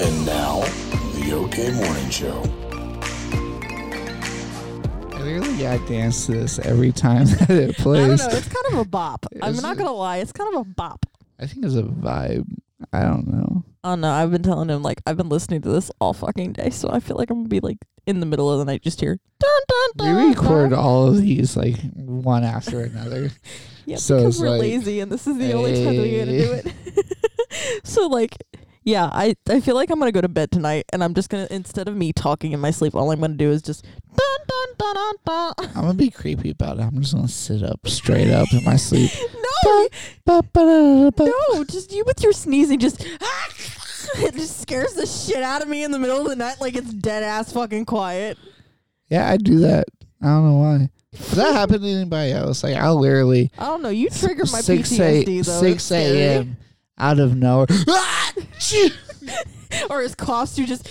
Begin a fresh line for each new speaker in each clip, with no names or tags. And now, the OK Morning Show.
I really gotta dance to this every time that it
I don't
plays.
know.
I,
It's kind of a bop. I'm
Is
not
it?
gonna lie. It's kind of a bop.
think it's a vibe. I don't know.
Oh no, I've been telling him like I've been listening to this all fucking day, so I feel like I'm gonna be like in the middle of the night just here. Dun, dun,
We
dun,
record
dun.
all of these like one after another.
Yeah,
so it's
because we're
like,
lazy, and this is the only time that we gotta do it. so like, yeah, I I feel like I'm gonna go to bed tonight, and I'm just gonna instead of me talking in my sleep, all I'm gonna do is just dun dun dun dun dun.
I'm gonna be creepy about it. I'm just gonna sit up straight up in my sleep.
No,
Ba- ba- da- da- da- ba.
No, just you with your sneezing, just it just scares the shit out of me in the middle of the night, like it's dead ass fucking quiet.
Yeah, I do that. I don't know why. Does that happen to anybody else? Like I'll literally
I don't know. You trigger my
six
PTSD
a
though.
six a.m. out of nowhere. Ah! Chee!
or his coughs. You just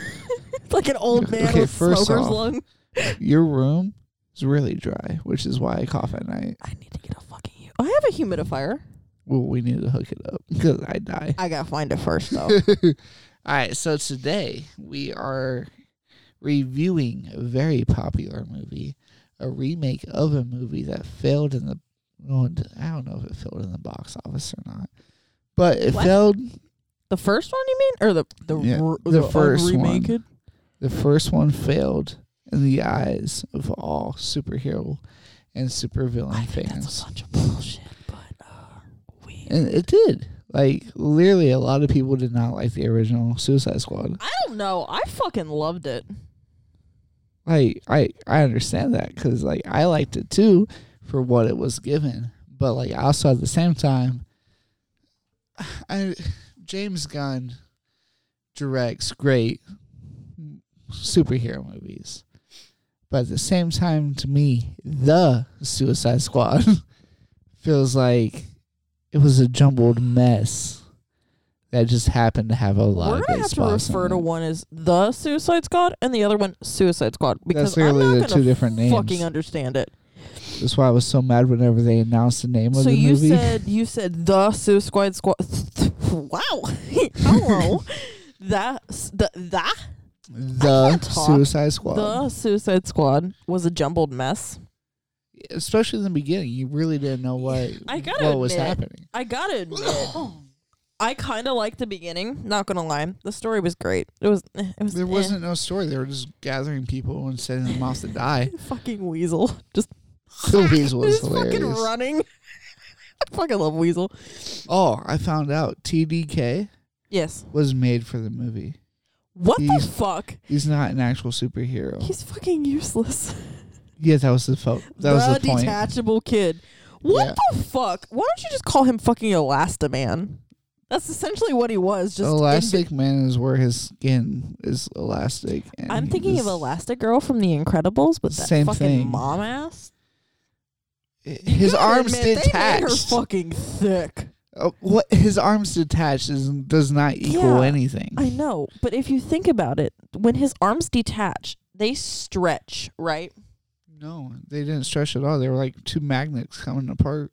like an old man
Okay,
with
first
smoker's
off-
lung.
Your room is really dry, which is why I cough at night.
I need to get a fucking. hu- I have a humidifier.
Well, we need to hook it up because I die.
I gotta find it first though.
All right, so today we are reviewing a very popular movie, a remake of a movie that failed in the. well, I don't know if it failed in the box office or not, but it
What?
failed.
the first one you mean, or the the
Yeah,
r-
the
old
first
remake?
one. The first one failed in the eyes of all superhero and
I
supervillain
think
fans,
that's a bunch of bullshit, but uh, we.
and it did. Like literally, a lot of people did not like the original Suicide Squad.
I don't know. I fucking loved it.
like I I understand that because like I liked it too for what it was given, but like also at the same time, I James Gunn directs great superhero movies, but at the same time, to me, the Suicide Squad feels like it was a jumbled mess that just happened to have a lot
We're
of
gonna
good
have to
spots in
refer to
it.
one as the Suicide Squad and the other one Suicide Squad because
literally
I'm
the
not
two
gonna
different names.
fucking understand it.
That's why I was so mad whenever they announced the name of
so
the
you
movie.
said you said the Suicide Squad. wow, hello, that s- the that
the
can't talk.
Suicide Squad.
the Suicide Squad was a jumbled mess.
Especially in the beginning, you really didn't know what
I
what
gotta
was
admit-
happening.
I gotta admit, I kind of liked the beginning. Not gonna lie, the story was great. It was eh, it was
There
eh.
wasn't no story. They were just gathering people and sending them off to die.
eh. fucking Weasel just
eh. The Weasel was
just
hilarious.
fucking running. I fucking love Weasel.
Oh, I found out TDK
Yes.
was made for the movie.
What
He's- Oh.
the fuck?
He's not an actual superhero.
He's fucking useless.
yeah, that was the fo- that was the point.
detachable kid. What
Yeah.
the fuck? Why don't you just call him fucking Elastaman? That's essentially what he was. Just
Elastic Man is where his skin is elastic. And
I'm
he
thinking of
just-
Elastigirl from The Incredibles, but that
Same
fucking
thing.
mom ass.
His
Gotta
arms
admit, They made her
detached.
fucking thick.
Uh, what his arms detached is, does not equal
Yeah,
anything.
I know, but if you think about it, when his arms detach, they stretch, right?
no, they didn't stretch at all. They were like two magnets coming apart.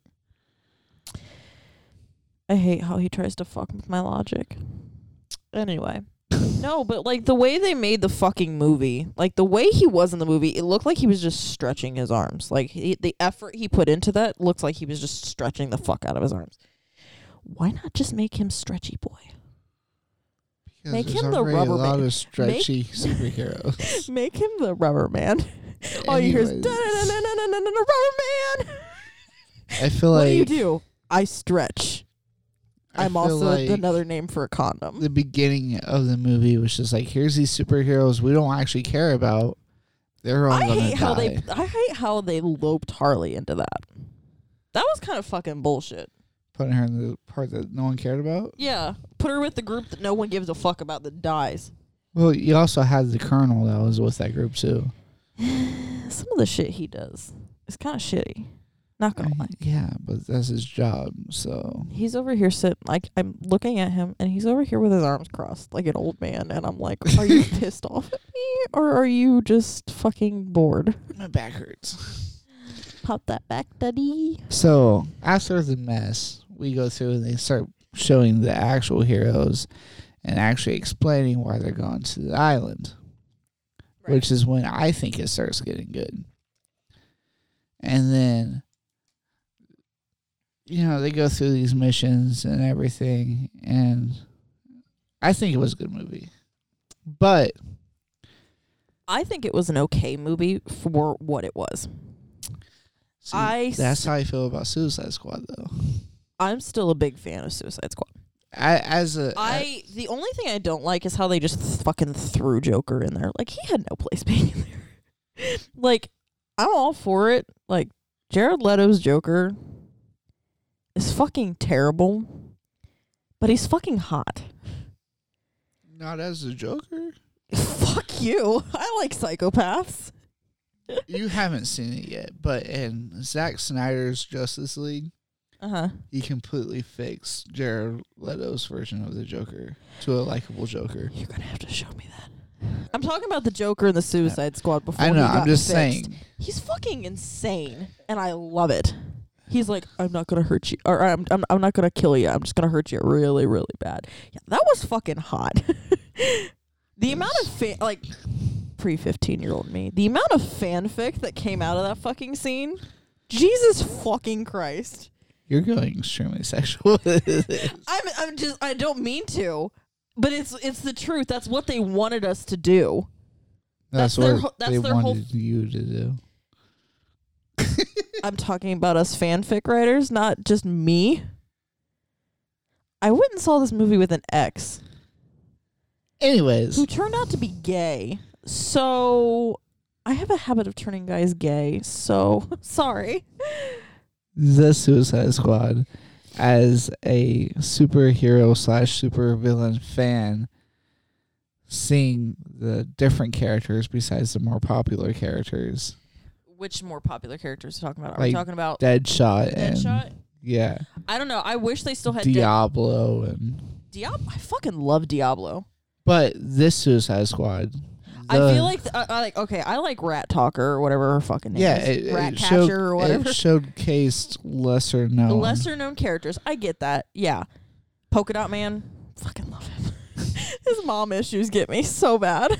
I hate how he tries to fuck with my logic. Anyway. no, but like the way they made the fucking movie, like the way he was in the movie, it looked like he was just stretching his arms. Like he, the effort he put into that looks like he was just stretching the fuck out of his arms. Why not just make him stretchy boy?
Because
Make
there's
him the
already
rubber
a lot
man.
of stretchy superheroes.
Make him the rubber man. All you hear is
Anyways,
da da da da da da rubber man.
I feel like
What do you do? I stretch.
I
I'm
feel
also
like
another name for a condom.
The beginning of the movie was just like, here's these superheroes we don't actually care about. They're all
I
gonna
hate
die.
how they I hate how they loped Harley into that. That was kind of fucking bullshit.
putting her in the part that no one cared about.
Yeah, put her with the group that no one gives a fuck about that dies.
Well, you also had the Colonel that was with that group too.
Some of the shit he does is kind of shitty. Not gonna lie.
Yeah, but that's his job. So
He's over here sitting like I'm looking at him and he's over here with his arms crossed like an old man and I'm like, "Are you pissed off at me or are you just fucking bored?"
my back hurts.
Pop that back, daddy.
So after the mess, we go through and they start showing the actual heroes, and actually explaining why they're going to the island,
Right.
which is when I think it starts getting good. And then, you know, they go through these missions and everything, and I think it was a good movie. But
I think it was an okay movie for what it was.
see,
I s-
that's how I feel about Suicide Squad, though.
I'm still a big fan of Suicide Squad.
I, as a
I the only thing I don't like is how they just fucking threw Joker in there. Like he had no place being in there. like I'm all for it. Like Jared Leto's Joker is fucking terrible, but he's fucking hot.
not as a Joker.
Fuck you. I like psychopaths.
you haven't seen it yet, but in Zack Snyder's Justice League,
Uh huh.
he completely fixed Jared Leto's version of the Joker to a likable Joker.
You're gonna have to show me that. I'm talking about the Joker in the Suicide Squad before.
I
he
know. I'm
got
just
fixed.
saying.
He's fucking insane, and I love it. He's like, I'm not gonna hurt you, or I'm, I'm, I'm not gonna kill you. I'm just gonna hurt you really, really bad. Yeah, that was fucking hot. the amount of fan, like pre 15 year old me, the amount of fanfic that came out of that fucking scene. Jesus fucking Christ.
You're going extremely sexual.
I'm, I'm just, I don't mean to, but it's, it's the truth. That's what they wanted us to do.
that's
That's their
what
whole- that's
they
their whole-
wanted you to do.
I'm talking about us fanfic writers, not just me. I went and saw this movie with an ex
Anyways,
who turned out to be gay. So I have a habit of turning guys gay. So sorry.
the Suicide Squad, as a superhero slash supervillain fan, seeing the different characters besides the more popular characters,
Which more popular characters are talking about? Are
Like,
we talking about
Deadshot, and
Deadshot?
yeah,
I don't know. I wish they still had Dead-
Diablo and
Diablo. I fucking love Diablo.
but this Suicide Squad.
I
the-
feel like th- I, I like okay. I like Rat Talker or whatever her fucking name
yeah,
is.
it, it
Rat
showed-
Catcher or whatever.
It showcased lesser known.
The lesser known characters. I get that. Yeah. Polka Dot Man. Fucking love him. His mom issues get me so bad.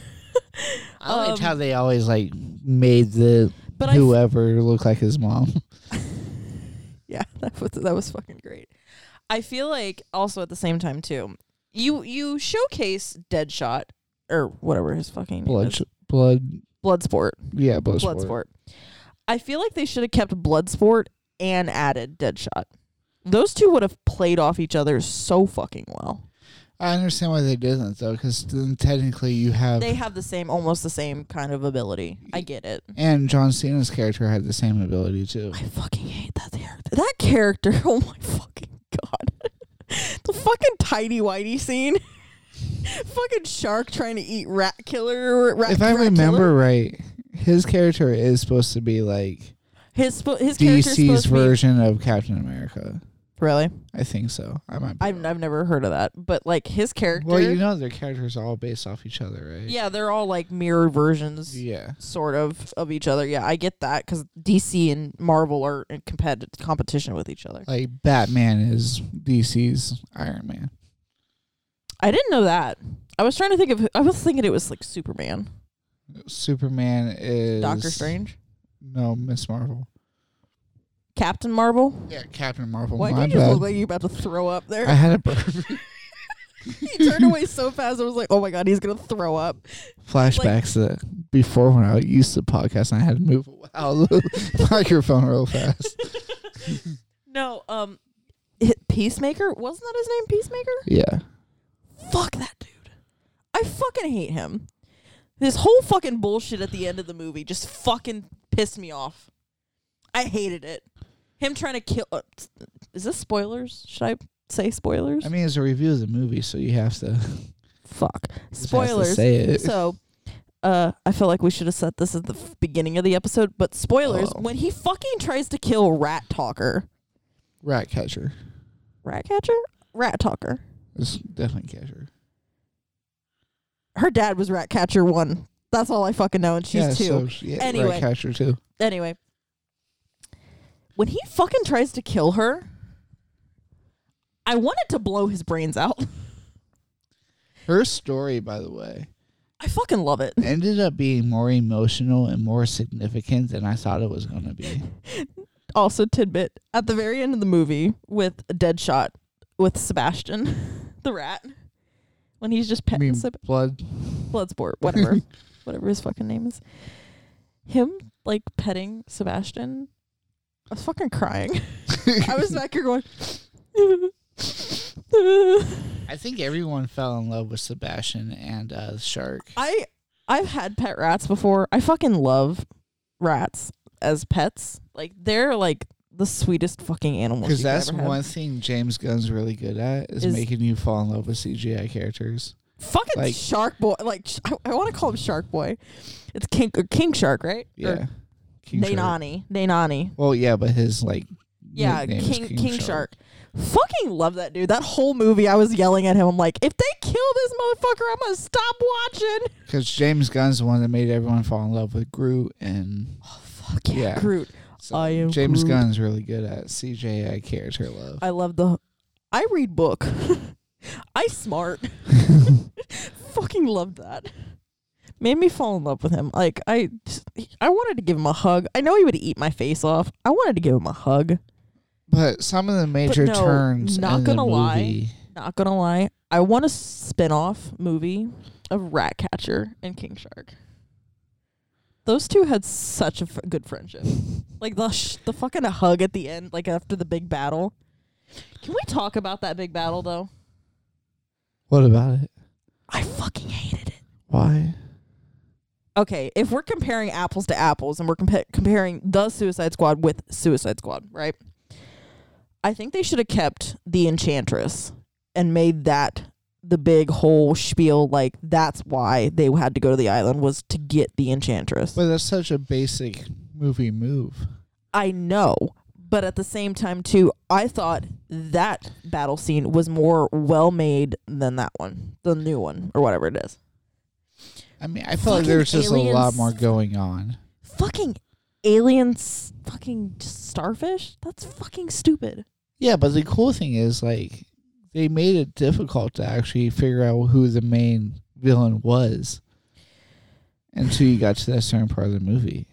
I liked
um,
how they always like made the
But I f-
whoever look like his mom.
yeah, that was that was fucking great. I feel like also at the same time too, you you showcase Deadshot or whatever his fucking name
Blood,
is.
blood,
Bloodsport.
yeah, blood,
Bloodsport. I feel like they should have kept Bloodsport and added Deadshot. Those two would have played off each other so fucking well.
I understand why they didn't though, because then technically you have
They have the same, almost the same kind of ability. I get it.
and John Cena's character had the same ability too.
I fucking hate that character. That character. Oh my fucking god. the fucking tidy whitey scene. fucking shark trying to eat rat killer. Rat,
If I
rat
remember
killer.
right, his character is supposed to be like
his spo- his character's
DC's
supposed to
version of Captain America.
be really.
I think so. I might. Be
I've I've never heard of that, but like his character.
Well, you know their characters are all based off each other, right?
yeah, they're all like mirror versions.
Yeah.
Sort of of each other, yeah. I get that because DC and Marvel are in competi- competition with each other.
Like Batman is DC's Iron Man.
I didn't know that. I was trying to think of. I was thinking it was like Superman,
Superman is
Doctor Strange,
No, Miss Marvel.
Captain Marvel.
Yeah, Captain Marvel.
Why
my
did you just
bad.
look like you about to throw up
I
there?
had a burp.
he turned away so fast. I was like, oh my god, he's gonna throw up.
Flashbacks to before when I used to podcast and I had to move out of the microphone real fast.
No, um, hi- Peacemaker wasn't that his name? Peacemaker.
Yeah.
Fuck that dude. I fucking hate him. This whole fucking bullshit at the end of the movie just fucking pissed me off. I hated it. Him trying to kill. Uh, is this spoilers? Should I say spoilers?
I mean, it's a review of the movie, so you have to, just
Fuck.
have to
Spoilers.
say it.
So, uh, I feel like we should have said this at the f- beginning of the episode, but spoilers.
Oh.
When he fucking tries to kill Rat Talker,
Rat catcher.
Rat Catcher, Rat Talker.
It's definitely catcher.
Her dad was Rat Catcher one. That's all I fucking know, and she's
yeah,
two.
So, yeah,
Anyway.
Rat catcher too.
anyway, when he fucking tries to kill her, I wanted to blow his brains out.
Her story, by the way,
I fucking love it.
ended up being more emotional and more significant than I thought it was going to be.
Also, tidbit at the very end of the movie with Deadshot with Sebastian, the rat, when he's just
I
petting
mean,
Seb-
blood.
Bloodsport, whatever, whatever his fucking name is. Him like petting Sebastian, I was fucking crying. I was back here going.
I think everyone fell in love with Sebastian and uh, the shark.
I I've had pet rats before. I fucking love rats as pets. Like they're like the sweetest fucking animals.
Because
you could
that's
ever have.
one thing James Gunn's really good at is,
Is-
making you fall in love with CGI characters.
fucking
like-
shark boy. Like sh- I, I want to call him Shark Boy. It's King or King Shark, right?
Yeah.
Or
King Shark.
Nainani. Nainani.
Well, yeah, but his like
Yeah,
nickname
King,
is
King Shark. Fucking love that dude. That whole movie, I was yelling at him. I'm like, if they kill this motherfucker, I'm gonna stop watching.
Because James Gunn's the one that made everyone fall in love with Groot, and
Oh fuck yeah,
Yeah.
Groot.
so
I am
James
Groot.
Gunn's really good at CGI character love.
I love the. I read book. I smart. Fucking loved that. Made me fall in love with him. Like I, I wanted to give him a hug. I know he would eat my face off. I wanted to give him a hug.
but some of the major
no,
turns,
not
in the
gonna lie.
movie-
Not gonna lie, I want a spin-off movie of Ratcatcher and King Shark. Those two had such a f- good friendship. Like the sh- the fucking hug at the end, like after the big battle. Can we talk about that big battle though?
What about it?
I fucking hated it.
Why?
Okay, if we're comparing apples to apples and we're compa- comparing the Suicide Squad with Suicide Squad, right? I think they should have kept the Enchantress and made that the big whole spiel. Like that's why they had to go to the island was to get the Enchantress.
But that's such a basic movie move.
I know, but at the same time too, I thought that battle scene was more well made than that one, the new one or whatever it is.
I mean, I feel like
Fucking
there's just a lot
aliens.
more going on.
fucking aliens fucking starfish that's fucking stupid
Yeah, but the cool thing is like they made it difficult to actually figure out who the main villain was until you got to that certain part of the movie.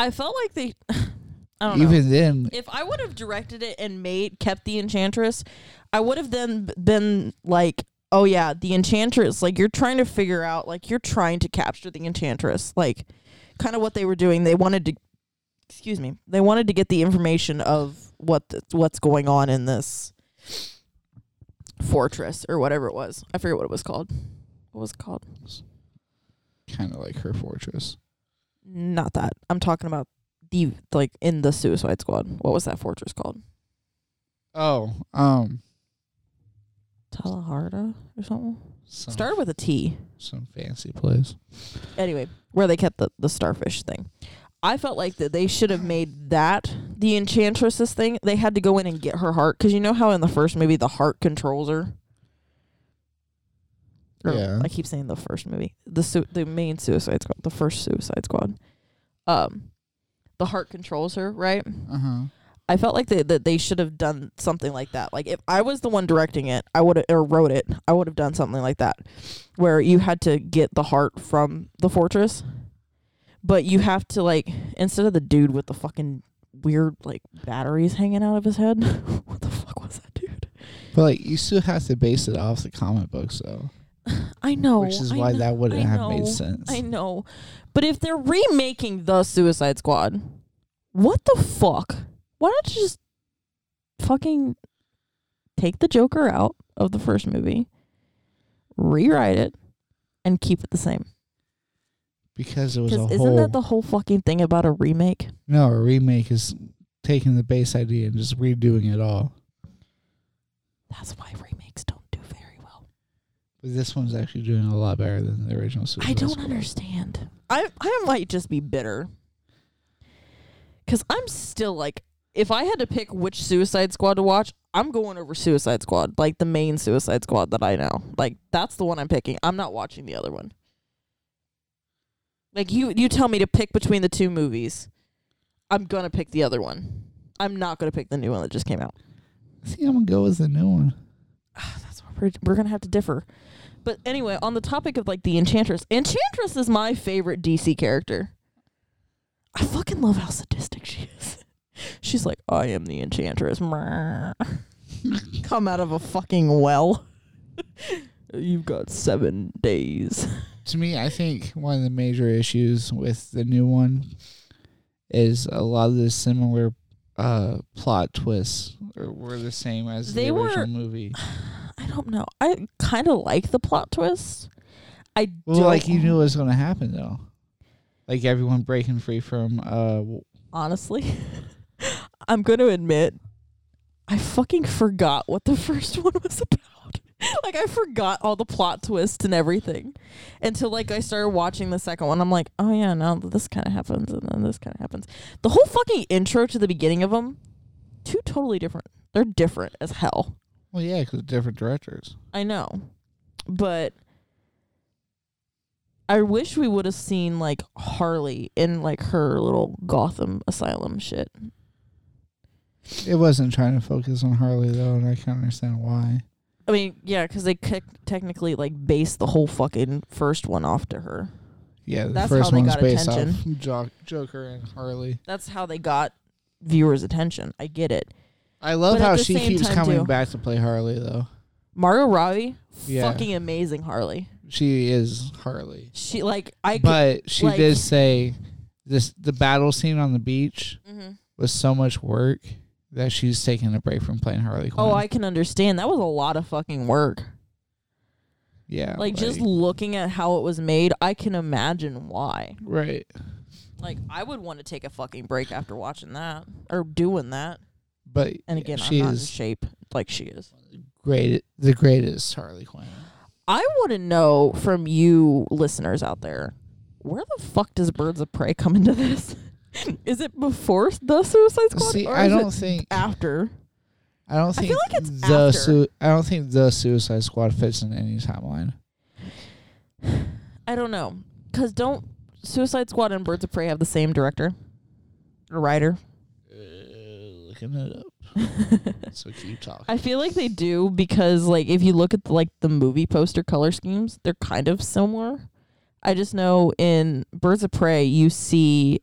i felt like they i don't know
Even then,
if i would have directed it and made kept the enchantress i would have then b- been like oh yeah the enchantress like you're trying to figure out like you're trying to capture the enchantress like kind of what they were doing they wanted to excuse me they wanted to get the information of what th- what's going on in this fortress or whatever it was i forget what it was called what was it called
kind of like her fortress.
Not that. I'm talking about the like in the Suicide Squad. What was that fortress called?
Oh, um,
Talaharda or something?
some,
Started with a T.
some fancy place.
Anyway, where they kept the, the starfish thing. I felt like that they should have made that the enchantress's thing. They had to go in and get her heart because you know how in the first movie the heart controls her. Or,
Yeah.
I keep saying the first movie, the su- the main Suicide Squad, the first Suicide Squad. Um, the heart controls her, right?
Uh huh.
I felt like they, that they should have done something like that. Like if I was the one directing it, I would have or wrote it, I would have done something like that, where you had to get the heart from the fortress, but you have to like instead of the dude with the fucking weird like batteries hanging out of his head. what the fuck was that dude?
But like, you still have to base it off the comic books, though,
I know,
which is
Oh, I
why
know,
that wouldn't
I
have
know,
made sense.
I know, but if they're remaking the Suicide Squad, what the fuck? Why don't you just fucking take the Joker out of the first movie, rewrite it, and keep it the same?
because it was a
Because
whole.
isn't that the whole fucking thing about a remake?
no, a remake is taking the base idea and just redoing it all.
That's why remakes don't do very well.
But this one's actually doing a lot better than the original Suicide
I don't
Squad.
understand. I I might just be bitter. Cause I'm still like, if I had to pick which Suicide Squad to watch, I'm going over Suicide Squad, like the main Suicide Squad that I know. Like that's the one I'm picking. I'm not watching the other one. Like you, you tell me to pick between the two movies, I'm gonna pick the other one. I'm not gonna pick the new one that just came out.
I think I'm gonna go with the new one.
That's where we're, we're gonna have to differ, But anyway, on the topic of like the Enchantress, Enchantress is my favorite DC character. I fucking love how sadistic she is. She's like, I am the Enchantress. Come out of a fucking well. You've got seven days.
to me, I think one of the major issues with the new one is a lot of the similar uh, plot twists or were the same as
They
the
were-
original movie.
I don't know. I kind of like the plot twist. I
Well,
don't
like you knew it was going to happen though, like everyone breaking free from uh, w-
honestly, I'm going to admit, I fucking forgot what the first one was about. like, I forgot all the plot twists and everything until, like, I started watching the second one. I'm like, oh, yeah, now this kind of happens, and then this kind of happens. The whole fucking intro to the beginning of them, two totally different. They're different as hell.
well, yeah, because different directors.
I know. But I wish we would have seen like Harley in like her little Gotham asylum shit.
It wasn't trying to focus on Harley though, and I can't understand why.
I mean, yeah, because they c- technically like based the whole fucking first one off to her.
Yeah, the
That's how
first
they
one's
got
based
attention.
off jo- Joker and Harley.
That's how they got viewers' attention. I get it.
I love
But at
how
the
she
same
keeps
time,
coming
too-
back to play Harley though.
Margot Robbie,
Yeah.
fucking amazing Harley.
She is Harley.
She like I.
but she
like-
did say this the battle scene on the beach
hmm
was so much work that she's taking a break from playing Harley Quinn.
Oh, I can understand. That was a lot of fucking work.
yeah,
Like just looking at how it was made, I can imagine why.
right.
Like I would want to take a fucking break after watching that or doing that.
But
And again,
she
I'm not in
is
shape like she is.
great, the greatest Harley Quinn.
I want to know from you listeners out there, where the fuck does Birds of Prey come into this? is it before the Suicide Squad?
See,
or
I
is
don't
it
think
after.
I don't
I
think
feel like it's
the
after.
Su- I don't think the Suicide Squad fits in any timeline.
I don't know, cause don't Suicide Squad and Birds of Prey have the same director or writer? Uh,
looking it up, so keep talking.
I feel like they do because like if you look at the, like the movie poster color schemes, they're kind of similar. I just know in Birds of Prey you see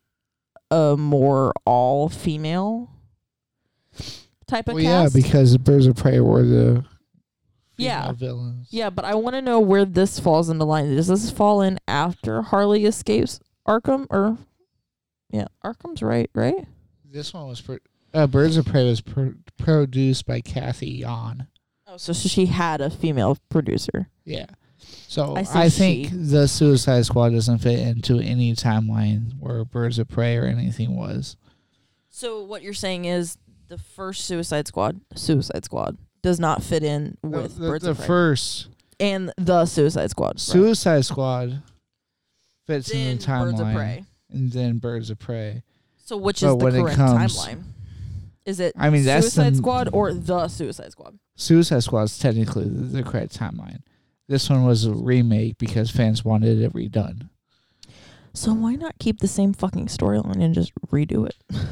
a more all female type of
well, yeah,
cast.
because Birds of Prey were the
Yeah.
female villains.
Yeah, but I want to know where this falls in the line. Does this fall in after Harley escapes Arkham or yeah, Arkham's right, right?
This one was pro- uh, Birds of Prey was pro- produced by Kathy Yon.
Oh, so she had a female producer.
Yeah. So
I
I,
see
think
she.
the Suicide Squad doesn't fit into any timeline where Birds of Prey or anything was.
So what you're saying is the first Suicide Squad, Suicide Squad, does not fit in with
the, the-
Birds
the
of Prey
first
and the Suicide Squad. right.
Suicide Squad fits in the
Then
timeline,
Birds of Prey.
and then Birds of Prey.
So which
But
is the
when it
correct
comes-
timeline? Is it
I mean, that's the-
Suicide Squad or the Suicide Squad?
Suicide Squad is technically the, the correct timeline. This one was a remake because fans wanted it redone.
So why not keep the same fucking storyline and just redo it? That's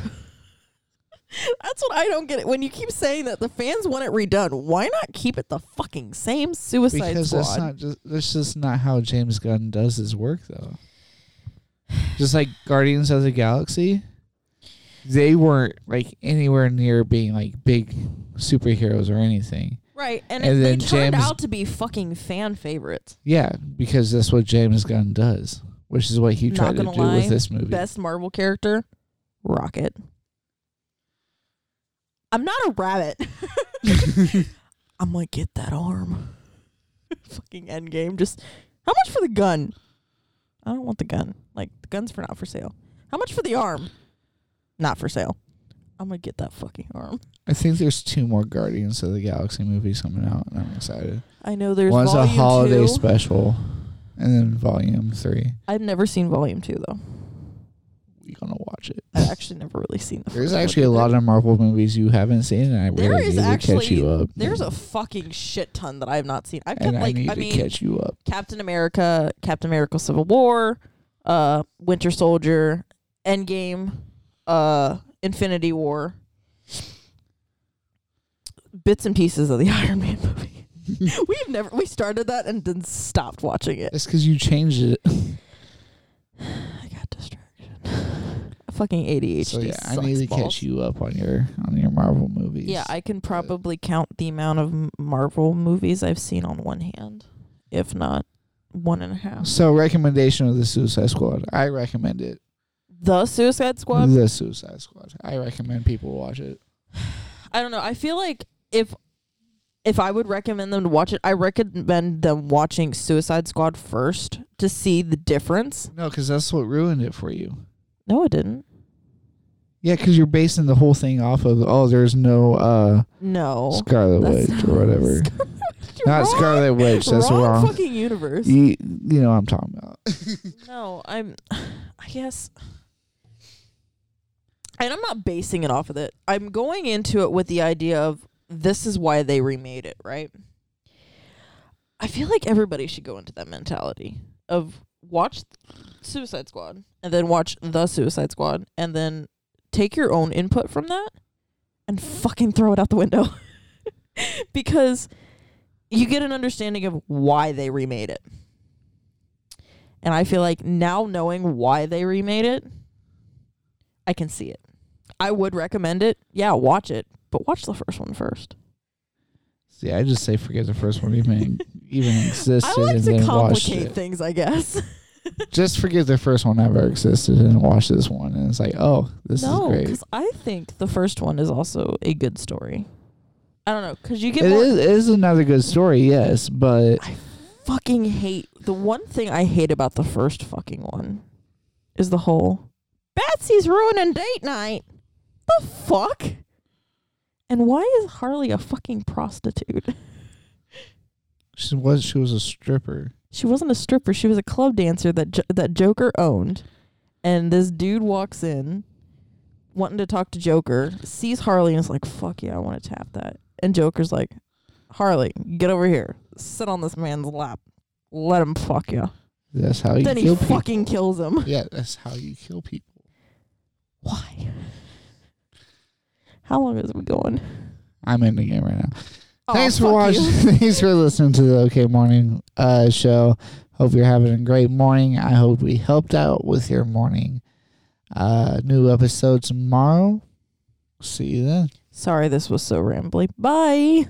what I don't get. It when you keep saying that the fans want it redone, why not keep it the fucking same Suicide
because
Squad?
that's not just that's just not how James Gunn does his work though. Just like Guardians of the Galaxy, they weren't like anywhere near being like big superheroes or anything.
right, and,
And
it, they
then
turned
James-
out to be fucking fan favorites.
Yeah, because that's what James Gunn does, which is what he
Not
tried to
gonna
do
lie,
with this movie.
Best Marvel character, Rocket. I'm not a rabbit. I'm gonna get that arm. Fucking endgame. Just how much for the gun? I don't want the gun. Like the gun's for not for sale. How much for the arm? Not for sale. I'm gonna get that fucking arm.
I think there's two more Guardians of the Galaxy movies coming out, and I'm excited.
I know there's
One's a
volume
holiday
two.
special, and then Volume Three.
I've never seen volume two though.
We gonna watch it.
I've actually never really seen the.
There's
first one
actually a
either.
lot of Marvel movies you haven't seen, and I
There
really
is
need
actually
to catch you up.
there's a fucking shit ton that I have not seen. I've got
and
like
I need
I
to
mean uh,
catch you up.
Captain America, Captain America Civil War, uh Winter Soldier, Endgame, uh Infinity War. Bits and pieces of the Iron Man movie. We've never we started that and then stopped watching it.
That's because you changed it.
I got distraction. A fucking ADHD.
so yeah, I
sucks
need to
balls.
catch you up on your on your Marvel movies.
Yeah, I can probably count the amount of M- Marvel movies I've seen on one hand, if not one and a half.
so recommendation of the Suicide Squad. I recommend it.
The Suicide Squad.
The Suicide Squad. I recommend people watch it.
I don't know. I feel like if if I would recommend them to watch it, I recommend them watching Suicide Squad first to see the difference.
No, because that's what ruined it for you.
No, it didn't.
Yeah, because you're basing the whole thing off of oh, there's no uh
No.
Scarlet
Oh, That's
Witch or whatever. Not
Wrong-
Scarlet Witch. That's
wrong.
wrong.
fucking universe.
You, you know what I'm talking about.
No, I'm. I guess. And I'm not basing it off of it. I'm going into it with the idea of this is why they remade it, right? I feel like everybody should go into that mentality of watch Suicide Squad and then watch The Suicide Squad and then take your own input from that and fucking throw it out the window. because you get an understanding of why they remade it. And I feel like now knowing why they remade it, I can see it. I would recommend it. Yeah, watch it, but watch the first one first.
See, I just say forget the first one even even existed
I like
and
to
then watched
complicate
it.
things, I guess.
Just forget the first one ever existed and watch this one, and it's like, oh, this
no,
is great.
because I think the first one is also a good story. I don't know, because you get
It
more-
is, it is another good story, yes, but
I fucking hate the one thing I hate about the first fucking one is the whole Betsy's ruining date night. The fuck? And why is Harley a fucking prostitute?
she was she was a stripper.
She wasn't a stripper. She was a club dancer that jo- that Joker owned, and this dude walks in, wanting to talk to Joker, sees Harley and is like, "Fuck yeah, I want to tap that." And Joker's like, "Harley, get over here, sit on this man's lap, let him fuck you."
That's how you
Then he
kill people.
fucking kills him.
yeah, that's how you kill people.
Why? How long is it going?
I'm ending it right now.
Aw,
Thanks for
Oh, fuck
watching.
you.
Thanks for listening to the OK Morning uh, show. Hope you're having a great morning. I hope we helped out with your morning. Uh, new episode tomorrow. See you then.
Sorry, this was so rambly. Bye.